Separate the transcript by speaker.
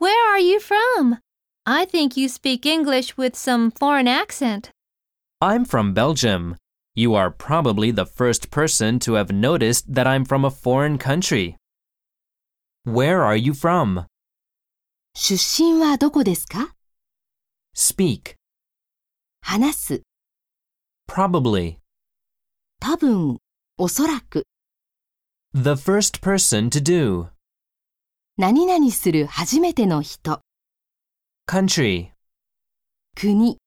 Speaker 1: are you from? I think you speak English with some foreign accent.
Speaker 2: I'm from Belgium. You are probably the first person to have noticed that I'm from a foreign country. Where are you from?
Speaker 3: 出身はどこですか
Speaker 2: Speak.
Speaker 3: 話す、
Speaker 2: Probably.
Speaker 3: 多分、おそらく、
Speaker 2: The first person to do.
Speaker 3: 何々する初めての人、
Speaker 2: Country.
Speaker 3: 国。